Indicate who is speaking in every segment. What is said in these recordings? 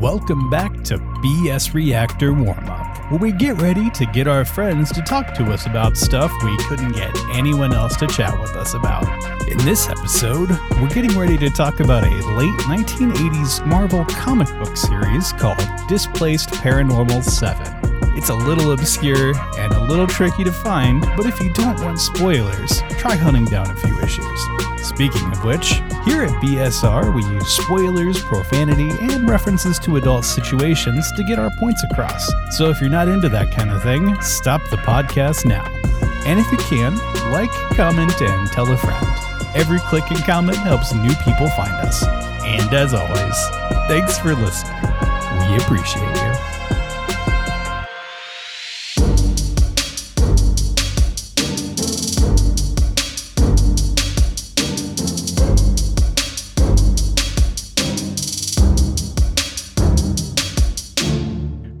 Speaker 1: Welcome back to BS Reactor Warm Up, where we get ready to get our friends to talk to us about stuff we couldn't get anyone else to chat with us about. In this episode, we're getting ready to talk about a late 1980s Marvel comic book series called Displaced Paranormal 7. It's a little obscure and a little tricky to find, but if you don't want spoilers, try hunting down a few issues. Speaking of which, here at BSR, we use spoilers, profanity, and references to adult situations to get our points across. So if you're not into that kind of thing, stop the podcast now. And if you can, like, comment, and tell a friend. Every click and comment helps new people find us. And as always, thanks for listening. We appreciate you.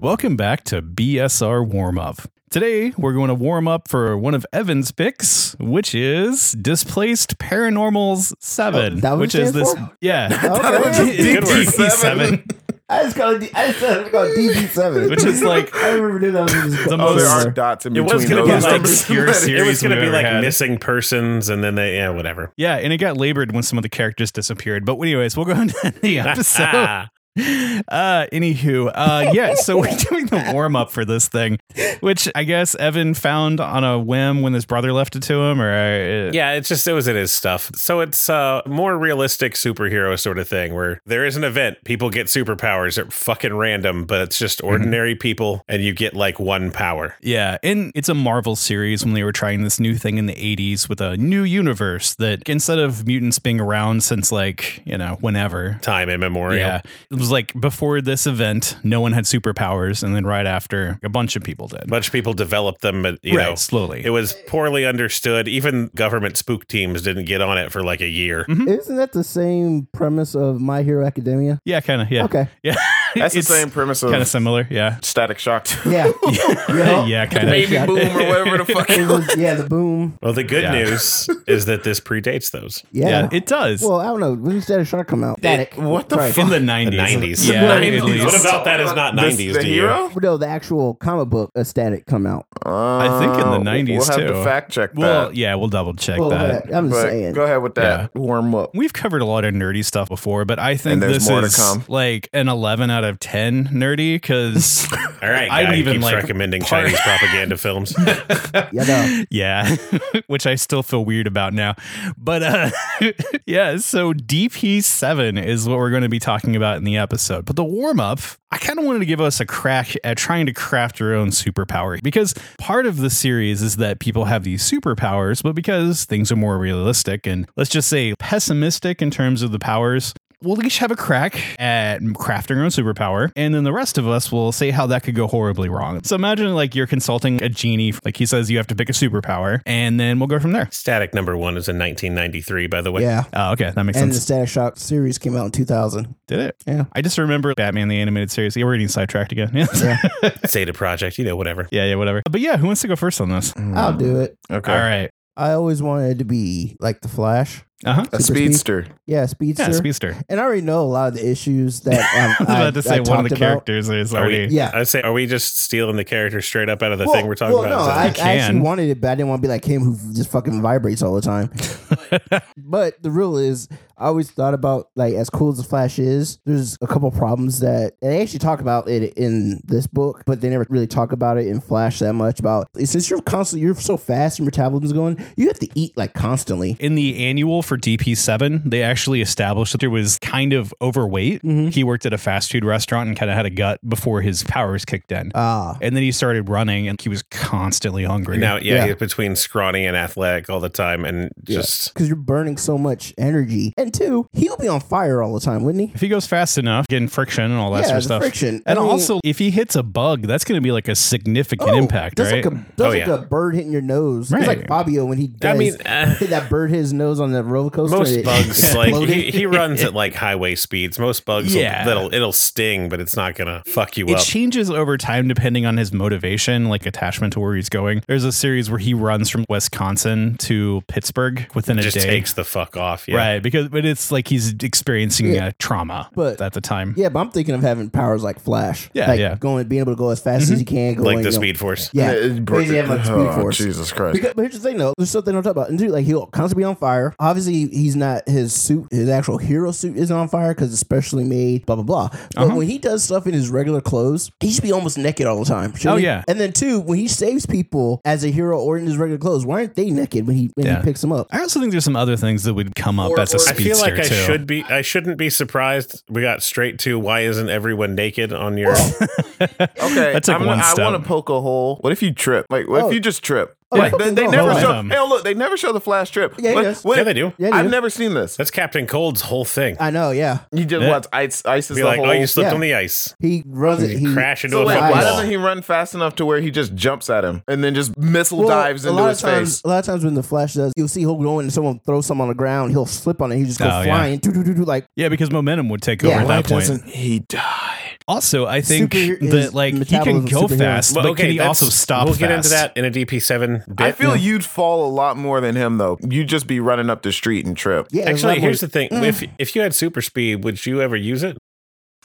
Speaker 1: Welcome back to BSR Warm Up. Today, we're going to warm up for one of Evan's picks, which is Displaced Paranormals 7,
Speaker 2: Oh, that was
Speaker 1: which is
Speaker 2: stand
Speaker 1: this.
Speaker 2: for?
Speaker 1: Yeah.
Speaker 2: Okay.
Speaker 3: Good word.
Speaker 1: DD7,
Speaker 2: I just called it, I just called it DB7.
Speaker 1: which is like
Speaker 2: I remember doing that. When
Speaker 1: The
Speaker 2: the
Speaker 3: Oh,
Speaker 1: most-
Speaker 3: there
Speaker 1: Those
Speaker 3: are
Speaker 1: are-
Speaker 3: dots in
Speaker 1: it
Speaker 3: between
Speaker 1: was gonna be
Speaker 3: those
Speaker 1: like
Speaker 3: numbers.
Speaker 1: obscure
Speaker 3: But
Speaker 1: series.
Speaker 3: it-
Speaker 1: It
Speaker 4: it was going
Speaker 1: we
Speaker 4: to be
Speaker 1: ever
Speaker 4: like
Speaker 1: had.
Speaker 4: missing persons, and then they yeah, whatever.
Speaker 1: Yeah, and it got labored when some of the characters disappeared. But anyways, we'll go into the episode. uh anywho uh yeah so we're doing the warm-up for this thing which i guess evan found on a whim when his brother left it to him or uh,
Speaker 4: yeah, it's just it was it is stuff. So it's uh more realistic superhero sort of thing where there is an event, people get superpowers at fucking random, but it's just
Speaker 1: Mhm.
Speaker 4: ordinary people, and you get like one power.
Speaker 1: Yeah, and it's a Marvel series when they were trying this new thing in the 80s with a new universe that instead of mutants being around since like, you know, whenever.
Speaker 4: Time immemorial.
Speaker 1: Yeah. It was like before this event, no one had superpowers and then right after a bunch of people did.
Speaker 4: A bunch of people developed them, but you
Speaker 1: right,
Speaker 4: know,
Speaker 1: slowly.
Speaker 4: it was poorly understood. Even government spook teams didn't get on it for like a year.
Speaker 1: Mm-hmm.
Speaker 2: Isn't that the same premise of My Hero Academia?
Speaker 1: yeah, kind of. Yeah.
Speaker 2: Okay.
Speaker 1: Yeah.
Speaker 3: That's the
Speaker 1: It's
Speaker 3: same premise
Speaker 1: Kind of
Speaker 3: of
Speaker 1: similar. Yeah.
Speaker 3: Static Shock. too.
Speaker 2: Yeah. yeah.
Speaker 1: Yeah, kind of.
Speaker 3: Baby boom or whatever the fuck.
Speaker 2: It was, yeah, the boom.
Speaker 4: Well, the good
Speaker 1: Yeah.
Speaker 4: news is that this predates those.
Speaker 2: Yeah.
Speaker 1: it does.
Speaker 2: well, I don't know. When did Static Shock come out? Static.
Speaker 3: what the
Speaker 2: Right.
Speaker 1: in the 90s. Yeah,
Speaker 4: 90s.
Speaker 3: The
Speaker 1: at
Speaker 3: 90s.
Speaker 1: least.
Speaker 4: What about that is not
Speaker 3: The-
Speaker 4: 90s,
Speaker 3: The
Speaker 4: do you?
Speaker 3: hero?
Speaker 2: Oh, No, the actual comic book, a Static, come out.
Speaker 3: I
Speaker 1: think in the 90s
Speaker 3: Uh, We'll have
Speaker 1: too.
Speaker 3: to fact check that.
Speaker 1: Well, yeah, we'll double check
Speaker 2: Well,
Speaker 1: that.
Speaker 2: yeah, I'm just
Speaker 3: but
Speaker 2: saying.
Speaker 3: go ahead with that. Warm up.
Speaker 1: We've covered a lot of nerdy stuff before, but I think
Speaker 3: And there's
Speaker 1: this
Speaker 3: more to
Speaker 1: is
Speaker 3: come.
Speaker 1: like an 11 out of 10 nerdy because,
Speaker 4: All right,
Speaker 1: I
Speaker 4: guy
Speaker 1: even,
Speaker 4: keeps
Speaker 1: like,
Speaker 4: recommending
Speaker 1: part-
Speaker 4: Chinese propaganda films.
Speaker 2: Yeah, no.
Speaker 1: yeah, which I still feel weird about now. But uh, yeah, so DP7 is what we're going to be talking about in the episode. But the warm up, I kind of wanted to give us a crack at trying to craft your own superpower because part of the series is that people have these superpowers, but because things are more realistic and let's just say pessimistic in terms of the powers, we'll each have a crack at crafting our own superpower, and then the rest of us will say how that could go horribly wrong. So imagine like you're consulting a genie, like he says you have to pick a superpower, and then we'll go from there.
Speaker 4: Static number one is in 1993, by the way.
Speaker 2: Yeah.
Speaker 1: Oh, okay, that makes
Speaker 2: And the
Speaker 1: sense.
Speaker 2: Static Shock series came out in 2000.
Speaker 1: Did it?
Speaker 2: Yeah.
Speaker 1: I just remember Batman the animated series. Yeah, we're getting sidetracked again. Yeah. yeah,
Speaker 4: Zeta Project, you know, whatever.
Speaker 1: yeah, whatever. But yeah, who wants to go first on this?
Speaker 2: I'll do it.
Speaker 3: Okay.
Speaker 1: All right.
Speaker 2: I always wanted to be like the Flash.
Speaker 1: Uh huh.
Speaker 3: A
Speaker 2: Super speed.
Speaker 3: speedster.
Speaker 2: Yeah, Speedster.
Speaker 1: Yeah, Speedster.
Speaker 2: and I already know a lot of the issues that um,
Speaker 1: I was about to
Speaker 2: I
Speaker 1: say one of
Speaker 2: talked
Speaker 1: the
Speaker 2: about.
Speaker 1: characters is
Speaker 4: Are we-
Speaker 1: already.
Speaker 2: Yeah.
Speaker 4: I say, are we just stealing the character straight up out of the
Speaker 2: Well-
Speaker 4: thing we're talking
Speaker 2: well, No,
Speaker 4: about?
Speaker 2: I,
Speaker 4: Is
Speaker 1: that-
Speaker 2: I
Speaker 1: Can.
Speaker 2: actually wanted it, but I didn't want to be like him who just fucking vibrates all the time. but the real is, I always thought about like as cool as the Flash is, there's a couple problems that and they actually talk about it in this book, but they never really talk about it in Flash that much. About since you're constantly you're so fast and your metabolism's going, you have to eat like constantly.
Speaker 1: in the annual for DP7, they actually established that there was kind of overweight.
Speaker 2: Mm-hmm.
Speaker 1: He worked at a fast food restaurant and kind of had a gut before his powers kicked in.
Speaker 2: Ah,
Speaker 1: and then he started running and he was constantly hungry.
Speaker 4: it- now, yeah,
Speaker 2: Yeah.
Speaker 4: he's between scrawny and athletic all the time, and just
Speaker 2: because you're burning so much energy, and two, he'll be on fire all the time, wouldn't he?
Speaker 1: if he goes fast enough, getting friction and all that
Speaker 2: Yeah,
Speaker 1: sort
Speaker 2: the
Speaker 1: of stuff.
Speaker 2: friction.
Speaker 1: And
Speaker 2: I mean-
Speaker 1: also, if he hits a bug, that's going to be like a significant
Speaker 2: Oh,
Speaker 1: impact,
Speaker 2: that's
Speaker 1: right?
Speaker 2: Like a, that's
Speaker 4: Oh,
Speaker 2: like
Speaker 4: yeah.
Speaker 2: a bird hitting your nose. It's
Speaker 1: Right.
Speaker 2: like Fabio when he does.
Speaker 4: mean, uh,
Speaker 2: hit that bird hit his nose on the roller coaster. and
Speaker 4: most
Speaker 2: it
Speaker 4: bugs like
Speaker 2: exploded.
Speaker 4: he, he runs at like highway speeds. Most bugs, will-
Speaker 1: Yeah.
Speaker 4: that'll it'll sting, but it's not gonna fuck you
Speaker 1: it
Speaker 4: up.
Speaker 1: changes over time depending on his motivation, like attachment to where he's going. There's a series where he runs from Wisconsin to Pittsburgh within a
Speaker 4: Just
Speaker 1: day.
Speaker 4: takes the fuck off. Yeah.
Speaker 1: Right, because but it's like he's experiencing
Speaker 2: Yeah.
Speaker 1: uh, trauma
Speaker 2: But-
Speaker 1: at the time.
Speaker 2: Yeah, but I'm thinking of having powers like Flash.
Speaker 1: Yeah,
Speaker 2: like
Speaker 1: yeah. Mm-hmm.
Speaker 2: Going, being able to go as fast as you can. Going,
Speaker 4: like the
Speaker 2: you know-
Speaker 4: Speed Uh, Force.
Speaker 2: Yeah,
Speaker 3: It-
Speaker 2: basically have like speed
Speaker 3: oh,
Speaker 2: force.
Speaker 3: Jesus Christ.
Speaker 2: Because, but here's the thing, though. There's something I'm talking about. And dude, like he'll constantly be on fire. Obviously, he's not his suit. His actual hero suit isn't on fire because it's specially made. Blah blah blah. But
Speaker 1: Uh-huh.
Speaker 2: when he does stuff in his regular clothes, he should be almost naked all the time. shouldn't
Speaker 1: Oh,
Speaker 2: he?
Speaker 1: yeah.
Speaker 2: And then two, when he saves people as a hero or in his regular clothes, why aren't they naked when he when
Speaker 1: Yeah.
Speaker 2: he picks them up?
Speaker 1: I also think there's some other things that would come up
Speaker 2: Or-
Speaker 1: as a
Speaker 2: or-
Speaker 4: I
Speaker 1: speedster
Speaker 4: feel like I
Speaker 1: too.
Speaker 4: should be. I shouldn't be surprised. We got straight to why isn't everyone naked on your?
Speaker 3: Okay,
Speaker 1: That's like
Speaker 3: I'm,
Speaker 1: one
Speaker 3: I
Speaker 1: step.
Speaker 3: want to poke a hole. What if you trip? Like, what
Speaker 2: Oh.
Speaker 3: if you just trip?
Speaker 2: Oh,
Speaker 3: like,
Speaker 2: yeah.
Speaker 3: they, they
Speaker 2: No,
Speaker 3: never
Speaker 1: no,
Speaker 3: show.
Speaker 1: no.
Speaker 3: Hell, look, they never show the flash trip.
Speaker 2: Yeah, he
Speaker 3: Like,
Speaker 2: does.
Speaker 3: what
Speaker 4: yeah,
Speaker 3: if-
Speaker 4: they do.
Speaker 2: Yeah,
Speaker 3: I've
Speaker 2: dude.
Speaker 3: never seen this.
Speaker 4: That's Captain Cold's whole thing.
Speaker 2: I know. Yeah.
Speaker 3: You just
Speaker 1: Yeah.
Speaker 3: watch ice. Ice is
Speaker 4: Be
Speaker 3: the
Speaker 4: like,
Speaker 3: whole.
Speaker 4: oh, you slipped
Speaker 2: yeah.
Speaker 4: on the ice.
Speaker 2: He runs it. He
Speaker 4: Crash into
Speaker 3: So
Speaker 4: a
Speaker 3: wait,
Speaker 4: football.
Speaker 3: why
Speaker 2: Ice.
Speaker 3: doesn't he run fast enough to where he just jumps at him and then just missile
Speaker 2: Well,
Speaker 3: dives
Speaker 2: a
Speaker 3: into
Speaker 2: lot
Speaker 3: his
Speaker 2: of times,
Speaker 3: face?
Speaker 2: A lot of times when the Flash does, you'll see he'll go in and someone throws something on the ground. He'll slip on it. He just goes
Speaker 1: Oh, yeah.
Speaker 2: flying. Do do do do like
Speaker 1: Yeah, because momentum would take
Speaker 2: Yeah,
Speaker 1: over at
Speaker 3: Why
Speaker 1: that point.
Speaker 3: doesn't he die?
Speaker 1: Also, I think
Speaker 2: Superhero-
Speaker 1: that
Speaker 2: his
Speaker 1: like he can
Speaker 2: metabolism
Speaker 1: go
Speaker 2: superhero.
Speaker 1: fast, but, can he
Speaker 4: that's-
Speaker 1: also stop?
Speaker 4: We'll get into
Speaker 1: fast?
Speaker 4: that in a DP7 bit.
Speaker 3: I feel you'd fall a lot more than him though. You'd just be running up the street and trip.
Speaker 2: yeah. there's a lot
Speaker 4: Actually,
Speaker 2: more-
Speaker 4: here's the thing:
Speaker 1: mm.
Speaker 4: if if you had super speed, would you ever use it?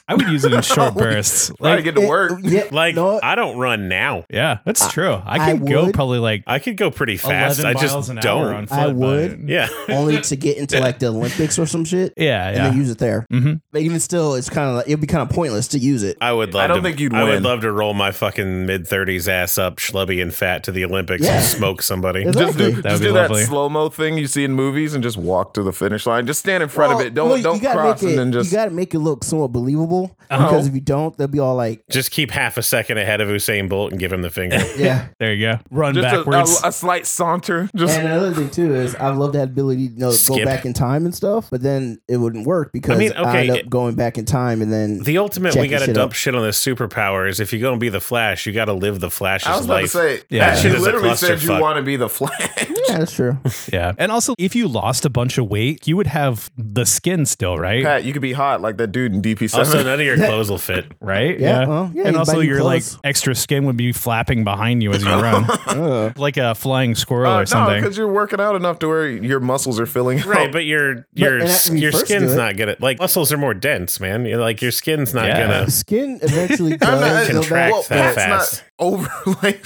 Speaker 1: I would use it in short bursts.
Speaker 3: Try to
Speaker 1: Like,
Speaker 3: get to
Speaker 2: It-
Speaker 3: work.
Speaker 2: Yeah,
Speaker 4: Like,
Speaker 2: no,
Speaker 4: I don't run now.
Speaker 1: yeah, that's true. I
Speaker 2: I
Speaker 1: could go
Speaker 2: would.
Speaker 1: probably like
Speaker 4: I could go pretty fast.
Speaker 1: 11
Speaker 4: I
Speaker 1: miles an
Speaker 4: just
Speaker 1: hour
Speaker 4: don't.
Speaker 1: on foot.
Speaker 2: I
Speaker 1: but-
Speaker 2: would.
Speaker 4: yeah.
Speaker 2: only to get into like the Olympics or some shit.
Speaker 1: Yeah,
Speaker 2: and
Speaker 1: yeah.
Speaker 2: then use it there.
Speaker 1: Mhm.
Speaker 2: But even still, it's kind of like it'd be kind of pointless to use it.
Speaker 4: I would love.
Speaker 3: I don't
Speaker 4: to,
Speaker 3: think you'd
Speaker 4: I
Speaker 3: win.
Speaker 4: would love to roll my fucking mid thirties ass up, schlubby and fat to the Olympics
Speaker 2: Yeah.
Speaker 4: and smoke somebody.
Speaker 2: It's
Speaker 3: Just do,
Speaker 2: Exactly.
Speaker 1: That
Speaker 3: just
Speaker 1: would be
Speaker 3: do that
Speaker 1: lovely.
Speaker 3: slow mo thing you see in movies and just walk to the finish line. Just stand in front of
Speaker 2: Well,
Speaker 3: it. Don't
Speaker 2: well, you
Speaker 3: don't
Speaker 2: gotta
Speaker 3: cross
Speaker 2: make
Speaker 3: and
Speaker 2: it-
Speaker 3: then just
Speaker 2: you got to make it look somewhat believable because if you don't, they'll be all like,
Speaker 4: Just keep half a second ahead of Usain Bolt and give him the finger.
Speaker 2: yeah.
Speaker 1: There you go. Run
Speaker 3: just a-
Speaker 1: backwards.
Speaker 3: a, a slight saunter. Just
Speaker 2: And another thing too is I love that ability to you know, go
Speaker 4: Skip.
Speaker 2: back in time and stuff, but then it wouldn't work because I,
Speaker 4: mean, okay,
Speaker 2: end up
Speaker 4: it-
Speaker 2: going back in time and then
Speaker 4: the ultimate, we
Speaker 2: Checking
Speaker 4: got to
Speaker 2: shit
Speaker 4: dump
Speaker 2: up.
Speaker 4: shit on this superpower is if you're going to be the Flash, you got to live the Flash's
Speaker 3: I was about
Speaker 4: life.
Speaker 3: to say,
Speaker 1: Yeah.
Speaker 3: yeah,
Speaker 1: That
Speaker 4: shit
Speaker 3: you
Speaker 4: is a
Speaker 3: literally said you
Speaker 4: clusterfuck.
Speaker 3: want to be the Flash.
Speaker 2: yeah, that's true.
Speaker 1: yeah. And also, if you lost a bunch of weight, you would have the skin still, right?
Speaker 3: Pat, you could be hot like that dude in DP7.
Speaker 4: also, none of your clothes will fit.
Speaker 1: Right?
Speaker 2: Yeah, well, yeah,
Speaker 1: and
Speaker 2: you
Speaker 1: also,
Speaker 2: buy new
Speaker 1: your like
Speaker 2: clothes.
Speaker 1: extra skin would be flapping behind you as you run,
Speaker 2: Uh,
Speaker 1: like a flying squirrel
Speaker 3: Uh,
Speaker 1: or something.
Speaker 3: because you're working out enough to where your muscles are filling out.
Speaker 4: Right, but your your
Speaker 2: and
Speaker 4: s-
Speaker 2: after you
Speaker 4: your
Speaker 2: first
Speaker 4: skin's
Speaker 2: do it-
Speaker 4: not gonna like muscles are more dense, man. You're like your skin's not
Speaker 1: Yeah.
Speaker 4: gonna.
Speaker 2: skin eventually
Speaker 3: I'm
Speaker 2: does go back.
Speaker 4: contract
Speaker 3: well,
Speaker 4: that
Speaker 3: Pat's
Speaker 4: fast.
Speaker 3: not over like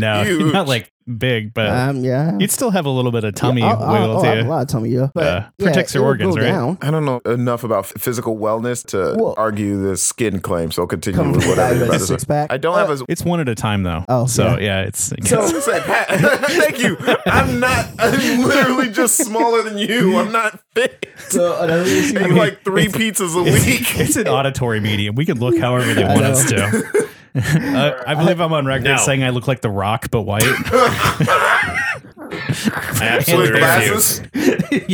Speaker 1: no,
Speaker 3: huge.
Speaker 1: not like big, but
Speaker 2: Um, yeah.
Speaker 1: you'd still have a little bit of tummy
Speaker 2: Yeah, I'll- I'll-
Speaker 1: wiggle
Speaker 2: oh, I
Speaker 1: to
Speaker 2: have
Speaker 1: you.
Speaker 2: a lot of tummy, yeah. But
Speaker 1: Yeah.
Speaker 2: yeah,
Speaker 1: Protects your
Speaker 2: it'll
Speaker 1: organs,
Speaker 2: go
Speaker 1: right?
Speaker 2: Down.
Speaker 3: I don't know enough about f- physical wellness to
Speaker 2: Well-
Speaker 3: argue the skin claim, so continue
Speaker 2: Come
Speaker 3: with
Speaker 2: from
Speaker 3: whatever
Speaker 2: diabetes
Speaker 3: you're about to
Speaker 2: six
Speaker 3: say.
Speaker 2: pack. Uh,
Speaker 3: I don't have as
Speaker 1: It's one at a time though.
Speaker 2: Oh,
Speaker 1: so yeah,
Speaker 2: yeah.
Speaker 1: it's
Speaker 3: I was gonna say, Pat, thank you. I'm not. I'm literally just smaller than you. I'm not fit.
Speaker 2: So another issue.
Speaker 3: Eat like three pizzas a week.
Speaker 1: it's an auditory medium. We can look however they
Speaker 2: I
Speaker 1: want
Speaker 2: know.
Speaker 1: us to. uh, I believe I'm on record
Speaker 4: No.
Speaker 1: saying I look like The Rock, but white.
Speaker 4: I absolutely
Speaker 3: With
Speaker 4: refuse.
Speaker 3: glasses.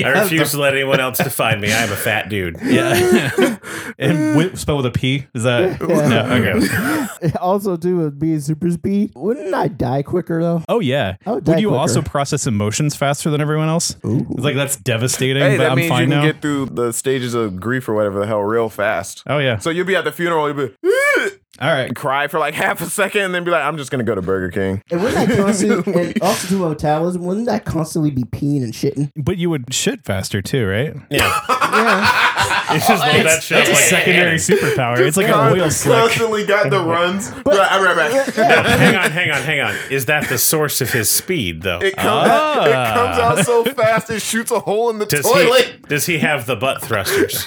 Speaker 4: I refuse to let anyone else define me. I am a fat dude.
Speaker 1: yeah, and wi- spelled with a P. Is that? No, okay.
Speaker 2: also, too, with being super speed, wouldn't I die quicker though?
Speaker 1: Oh yeah.
Speaker 2: I
Speaker 1: Would
Speaker 2: would
Speaker 1: you
Speaker 2: die quicker.
Speaker 1: also process emotions faster than everyone else? It's like that's devastating,
Speaker 3: Hey,
Speaker 1: but
Speaker 3: that
Speaker 1: I'm
Speaker 3: means you
Speaker 1: fine
Speaker 3: can
Speaker 1: now.
Speaker 3: get through the stages of grief or whatever the hell real fast.
Speaker 1: oh yeah.
Speaker 3: So you'll be at the funeral, you'll be "Ugh,"
Speaker 1: All right.
Speaker 3: cry for like half a second, and then be like, "I'm just gonna go to Burger King."
Speaker 2: And wouldn't I constantly, and also to my metabolism, wouldn't I constantly be peeing and shitting?
Speaker 1: But you would shit faster too, right?
Speaker 4: Yeah,
Speaker 2: Yeah.
Speaker 4: it's just let that shit
Speaker 1: It's a
Speaker 4: like
Speaker 1: secondary superpower. It's like
Speaker 3: Con-
Speaker 1: an oil slick.
Speaker 3: Constantly got the runs. But I'm right back.
Speaker 4: hang on, hang on, hang on. Is that the source of his speed though?
Speaker 3: It comes, out, it comes out so fast it shoots a hole in the
Speaker 4: Ah. Does
Speaker 3: toilet.
Speaker 4: he, does he have the butt thrusters?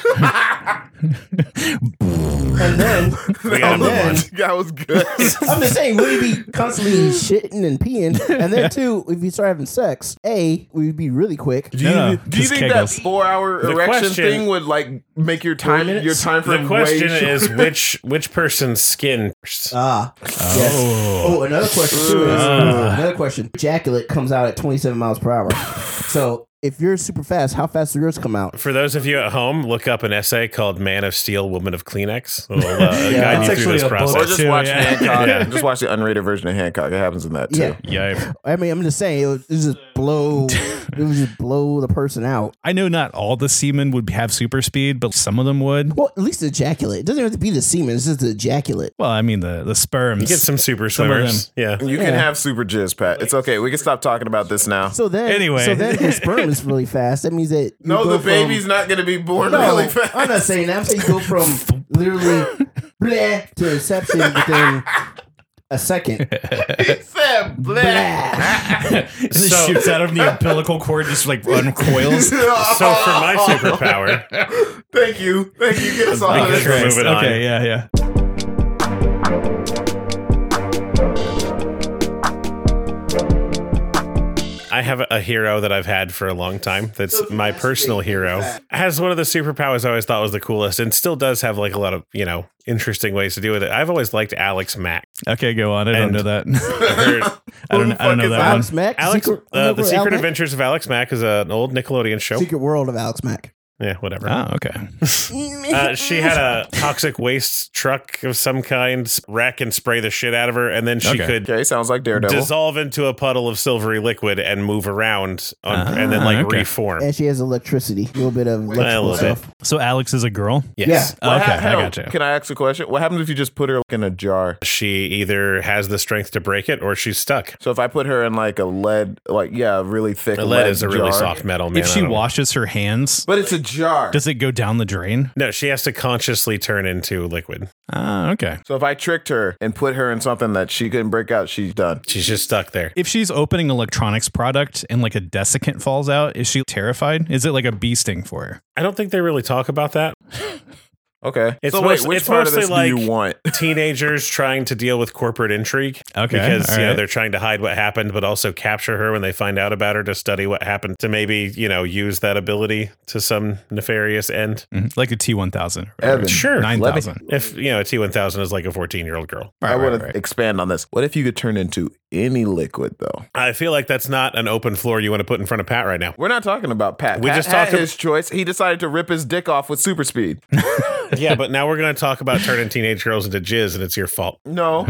Speaker 2: And then,
Speaker 4: We gotta
Speaker 2: and
Speaker 4: move on.
Speaker 2: then
Speaker 3: That was good.
Speaker 2: I'm just saying, we'd be constantly shitting and peeing. And then, too, if you start having sex, A, we'd be really quick.
Speaker 3: Do you,
Speaker 1: No,
Speaker 3: do you
Speaker 1: just
Speaker 3: think that
Speaker 1: Kegels.
Speaker 3: four hour
Speaker 4: The
Speaker 3: erection
Speaker 4: question-
Speaker 3: thing would like make your time your time frame
Speaker 4: the question
Speaker 3: way shorter?
Speaker 4: is which which person's skin first?
Speaker 1: Uh,
Speaker 2: Ah, yes. Oh, another question too is another question. Ejaculate comes out at 27 miles per hour. so if you're super fast, how fast do yours come out?
Speaker 4: For those of you at home, look up an essay called "Man of Steel, Woman of Kleenex." It'll uh, guide
Speaker 2: It's
Speaker 4: you through
Speaker 1: actually
Speaker 4: this
Speaker 1: a book.
Speaker 4: process.
Speaker 3: Or just
Speaker 1: Too,
Speaker 3: watch
Speaker 1: yeah.
Speaker 3: Hancock.
Speaker 4: Yeah.
Speaker 3: Just watch the unrated version of Hancock. It happens in that too.
Speaker 2: Yeah.
Speaker 1: Yeah.
Speaker 2: I mean, I'm just saying it was, it was just blow it would just blow the person out.
Speaker 1: I know not all the seamen would have super speed, but some of them would.
Speaker 2: Well, at least ejaculate. It doesn't have to be the semen, it's just the ejaculate.
Speaker 1: Well, I mean the the sperms.
Speaker 4: You get some super
Speaker 1: Some of
Speaker 4: swimmers. Yeah.
Speaker 3: You can have super jizz, Pat. It's okay. We can stop talking about this now.
Speaker 2: So then
Speaker 1: Anyway.
Speaker 2: so then if your sperm is really fast, that means that you
Speaker 3: No,
Speaker 2: go
Speaker 3: the
Speaker 2: from-
Speaker 3: baby's not going to be born
Speaker 2: No,
Speaker 3: really fast.
Speaker 2: I'm not saying that. I'm saying you go from literally bleh to inception within a second.
Speaker 3: Fab, bleh.
Speaker 1: and it shoots out of the umbilical cord, just like uncoils.
Speaker 4: So for my superpower,
Speaker 3: Thank you. Thank you. Get us all
Speaker 4: Thank
Speaker 3: out of
Speaker 4: you.
Speaker 3: this.
Speaker 4: Move it on.
Speaker 1: okay, yeah, yeah.
Speaker 4: I have a hero that I've had for a long time. That's my personal hero. Has one of the superpowers I always thought was the coolest, and still does have like a lot of you know interesting ways to deal with it. I've always liked Alex Mack.
Speaker 1: Okay, go on. I don't
Speaker 4: And-
Speaker 1: know that.
Speaker 4: Her-
Speaker 1: I don't. I don't know
Speaker 3: Who the fuck is
Speaker 1: that one.
Speaker 2: Alex Mack?
Speaker 4: Alex,
Speaker 2: Secret,
Speaker 4: uh, the
Speaker 2: Secret
Speaker 4: Secret
Speaker 2: Alex-
Speaker 4: Adventures of Alex Mack is an old Nickelodeon show.
Speaker 2: Secret World of Alex Mack.
Speaker 4: Yeah, whatever.
Speaker 1: Oh, okay.
Speaker 4: Uh, she had a toxic waste truck of some kind, wreck and spray the shit out of her, and then she
Speaker 1: Okay.
Speaker 4: could
Speaker 3: Okay, sounds like Daredevil.
Speaker 4: dissolve into a puddle of silvery liquid and move around on,
Speaker 1: Ah,
Speaker 4: and then like
Speaker 1: okay.
Speaker 4: reform.
Speaker 2: and she has electricity. A little bit of electrical
Speaker 4: a little bit.
Speaker 2: stuff.
Speaker 1: So Alex is a girl. Oh,
Speaker 4: Yes.
Speaker 1: Okay,
Speaker 3: What hap-
Speaker 1: I
Speaker 3: hang on.
Speaker 1: gotcha.
Speaker 3: Can I ask a question? What happens if you just put her in a jar?
Speaker 4: She either has the strength to break it or she's stuck.
Speaker 3: So if I put her in like a lead, like yeah, a really thick.
Speaker 4: The lead is a really
Speaker 3: jar.
Speaker 4: soft metal, man.
Speaker 1: if
Speaker 4: I
Speaker 1: she
Speaker 4: don't know.
Speaker 1: washes her hands,
Speaker 3: but it's a jar.
Speaker 1: does it go down the drain?
Speaker 4: No, she has to consciously turn into liquid.
Speaker 1: Ah, okay.
Speaker 3: so if I tricked her and put her in something that she couldn't break out, she's done.
Speaker 4: She's just stuck there.
Speaker 1: If she's opening electronics product and like a desiccant falls out, is she terrified? Is it like a bee sting for her?
Speaker 4: I don't think they really talk about that.
Speaker 3: Okay.
Speaker 4: It's
Speaker 3: so wait,
Speaker 4: most-
Speaker 3: which
Speaker 4: it's
Speaker 3: part of this
Speaker 4: mostly
Speaker 3: do
Speaker 4: like-
Speaker 3: you want?
Speaker 4: Teenagers trying to deal with corporate intrigue.
Speaker 1: Okay,
Speaker 4: Because
Speaker 1: all
Speaker 4: you know
Speaker 1: right.
Speaker 4: they're trying to hide what happened, but also capture her when they find out about her to study what happened to maybe you know use that ability to some nefarious end.
Speaker 1: Mhm. Like a T one thousand,
Speaker 3: Evan,
Speaker 4: Sure,
Speaker 1: nine
Speaker 3: let me-
Speaker 1: thousand.
Speaker 4: if you know a T one thousand is like a fourteen year old girl.
Speaker 3: I want to expand on this. What if you could turn into any liquid though?
Speaker 4: I feel like that's not an open floor you want to put in front of Pat right now.
Speaker 3: We're not talking about Pat.
Speaker 4: We
Speaker 3: Pat
Speaker 4: just
Speaker 3: had
Speaker 4: talked ab-
Speaker 3: his choice. He decided to rip his dick off with super speed.
Speaker 4: yeah, but now we're going to talk about turning teenage girls into jizz, and it's your fault.
Speaker 3: No,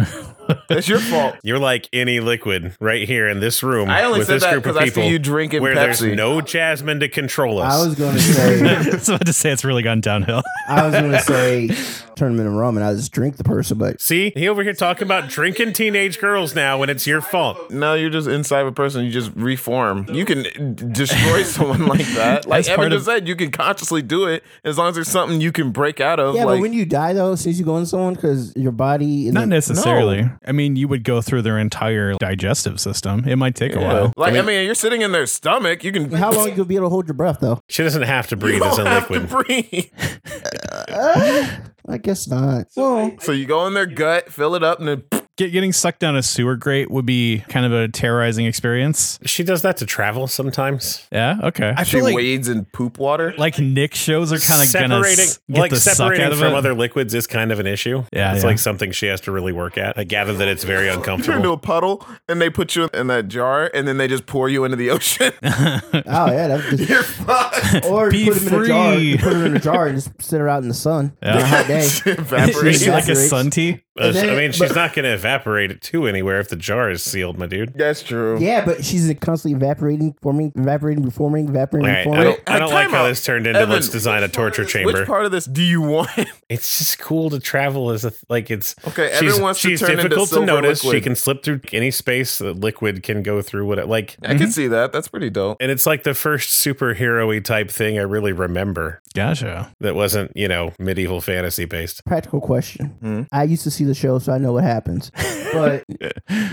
Speaker 3: it's your fault.
Speaker 4: You're like any liquid right here in this room
Speaker 3: I only
Speaker 4: with
Speaker 3: said
Speaker 4: this
Speaker 3: that
Speaker 4: group of
Speaker 3: because I
Speaker 4: people
Speaker 3: see you drinking
Speaker 4: where there's
Speaker 3: Pepsi.
Speaker 4: no jasmine to control us.
Speaker 2: I was gonna say
Speaker 1: I was about to say it's really gone downhill.
Speaker 2: I was gonna say turn them into rum and I just drink the person, but
Speaker 4: See, he over here talking about drinking teenage girls now when it's your fault.
Speaker 3: No, you're just inside of a person. You just reform. You can destroy someone like that. Like
Speaker 1: That's
Speaker 3: Evan
Speaker 1: part of-
Speaker 3: just said, you can consciously do it as long as there's something you can break out of.
Speaker 2: yeah,
Speaker 3: like,
Speaker 2: but when you die though, since you go in someone because your body and
Speaker 1: Not
Speaker 2: the-
Speaker 1: necessarily. I mean, you would go through their entire digestive system. It might take a while.
Speaker 3: like I mean, you're sitting in their stomach. You can.
Speaker 2: how long you'll be able to hold your breath though?
Speaker 4: She doesn't have to
Speaker 3: You
Speaker 4: breathe as a
Speaker 3: don't have to
Speaker 4: liquid.
Speaker 3: breathe.
Speaker 2: I guess not. Well,
Speaker 3: So you go in their gut, fill it up, and then
Speaker 1: Get, getting sucked down a sewer grate would be kind of a terrorizing experience.
Speaker 4: She does that to travel sometimes.
Speaker 1: Yeah. Okay. I
Speaker 3: she
Speaker 1: feel like
Speaker 3: wades in poop water.
Speaker 1: like Nick shows are kind of gonna
Speaker 4: separating,
Speaker 1: s- get
Speaker 4: like
Speaker 1: the suck
Speaker 4: separating
Speaker 1: out of
Speaker 4: from
Speaker 1: it.
Speaker 4: other liquids is kind of an issue.
Speaker 1: Yeah,
Speaker 4: it's
Speaker 1: yeah.
Speaker 4: like something she has to really work at. I gather that it's very
Speaker 3: Turn into
Speaker 4: uncomfortable.
Speaker 3: a puddle, and they put you in that jar, and then they just pour you into the ocean.
Speaker 2: oh yeah, that's just,
Speaker 3: you're fucked.
Speaker 2: or
Speaker 1: Be
Speaker 2: you put them in a jar.
Speaker 1: free.
Speaker 2: You put them in a jar and just sit her out in the sun
Speaker 1: Yeah.
Speaker 2: on a hot day.
Speaker 3: She
Speaker 1: She's
Speaker 3: evaporates.
Speaker 1: like a
Speaker 2: evaporates.
Speaker 1: sun tea.
Speaker 4: Uh,
Speaker 2: then-
Speaker 4: I mean, she's
Speaker 2: but-
Speaker 4: not going to evaporate it to anywhere if the jar is sealed, my dude.
Speaker 3: That's true.
Speaker 2: Yeah, but she's constantly evaporating, forming, evaporating, reforming, evaporating,
Speaker 4: All right, I
Speaker 2: reforming.
Speaker 4: don't, I
Speaker 3: Wait,
Speaker 4: don't
Speaker 3: time
Speaker 4: like how
Speaker 3: out.
Speaker 4: this turned into
Speaker 3: Evan,
Speaker 4: let's design a torture
Speaker 3: Which
Speaker 4: chamber.
Speaker 3: part of this do you want?
Speaker 4: It's just cool to travel as a like it's
Speaker 3: Okay, Evan
Speaker 4: she's,
Speaker 3: wants to
Speaker 4: she's
Speaker 3: turn into
Speaker 4: difficult to
Speaker 3: silver
Speaker 4: notice. She
Speaker 3: liquid.
Speaker 4: can slip through any space that liquid can go through. What it like.
Speaker 3: I can see that. That's pretty dope.
Speaker 4: And it's like the first superhero-y type thing I really remember
Speaker 1: Gotcha.
Speaker 4: that wasn't, you know, medieval fantasy based.
Speaker 2: Practical question.
Speaker 3: Hmm?
Speaker 2: I used to see the show, so I know what happens. But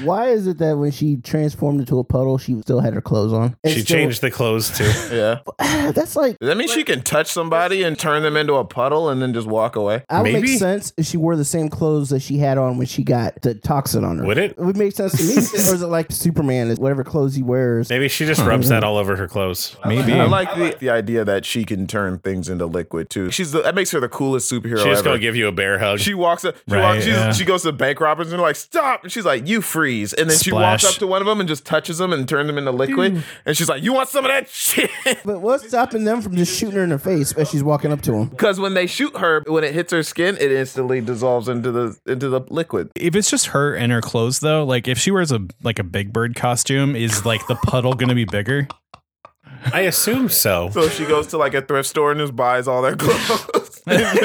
Speaker 2: why is it that when she transformed into a puddle, she still had her clothes on? And
Speaker 4: She
Speaker 2: still-
Speaker 4: changed the clothes too.
Speaker 3: Yeah.
Speaker 2: That's like
Speaker 3: Does that mean she can touch somebody and turn them into a puddle and then just walk away?
Speaker 2: that would
Speaker 4: Maybe.
Speaker 2: make sense if she wore the same clothes that she had on when she got the toxin on her.
Speaker 4: Would it?
Speaker 2: It would make sense to me. or is it like Superman? is Whatever clothes he wears.
Speaker 4: Maybe she just rubs that all over her clothes.
Speaker 1: Maybe.
Speaker 3: I like the, the idea that she can turn things into liquid too. She's the, that makes her the coolest superhero
Speaker 4: She's
Speaker 3: ever.
Speaker 4: gonna give you a bear hug.
Speaker 3: she walks up. She
Speaker 1: Right,
Speaker 3: walks, she's
Speaker 1: Yeah.
Speaker 3: she goes to bank robbers and they're like, stop. And she's like, you freeze. And then she walks
Speaker 1: Splash.
Speaker 3: up to one of them and just touches them and turns them into liquid. And she's like, you want some of that shit?
Speaker 2: But what's stopping them from just shooting her in the face as she's walking up to him?
Speaker 3: Because when they shoot her, when it hits her skin, it instantly dissolves into the into the liquid.
Speaker 1: If it's just her and her clothes though, like if she wears a like a big bird costume, is like the puddle gonna be bigger?
Speaker 4: I assume so.
Speaker 3: So she goes to like a thrift store and just buys all their clothes. and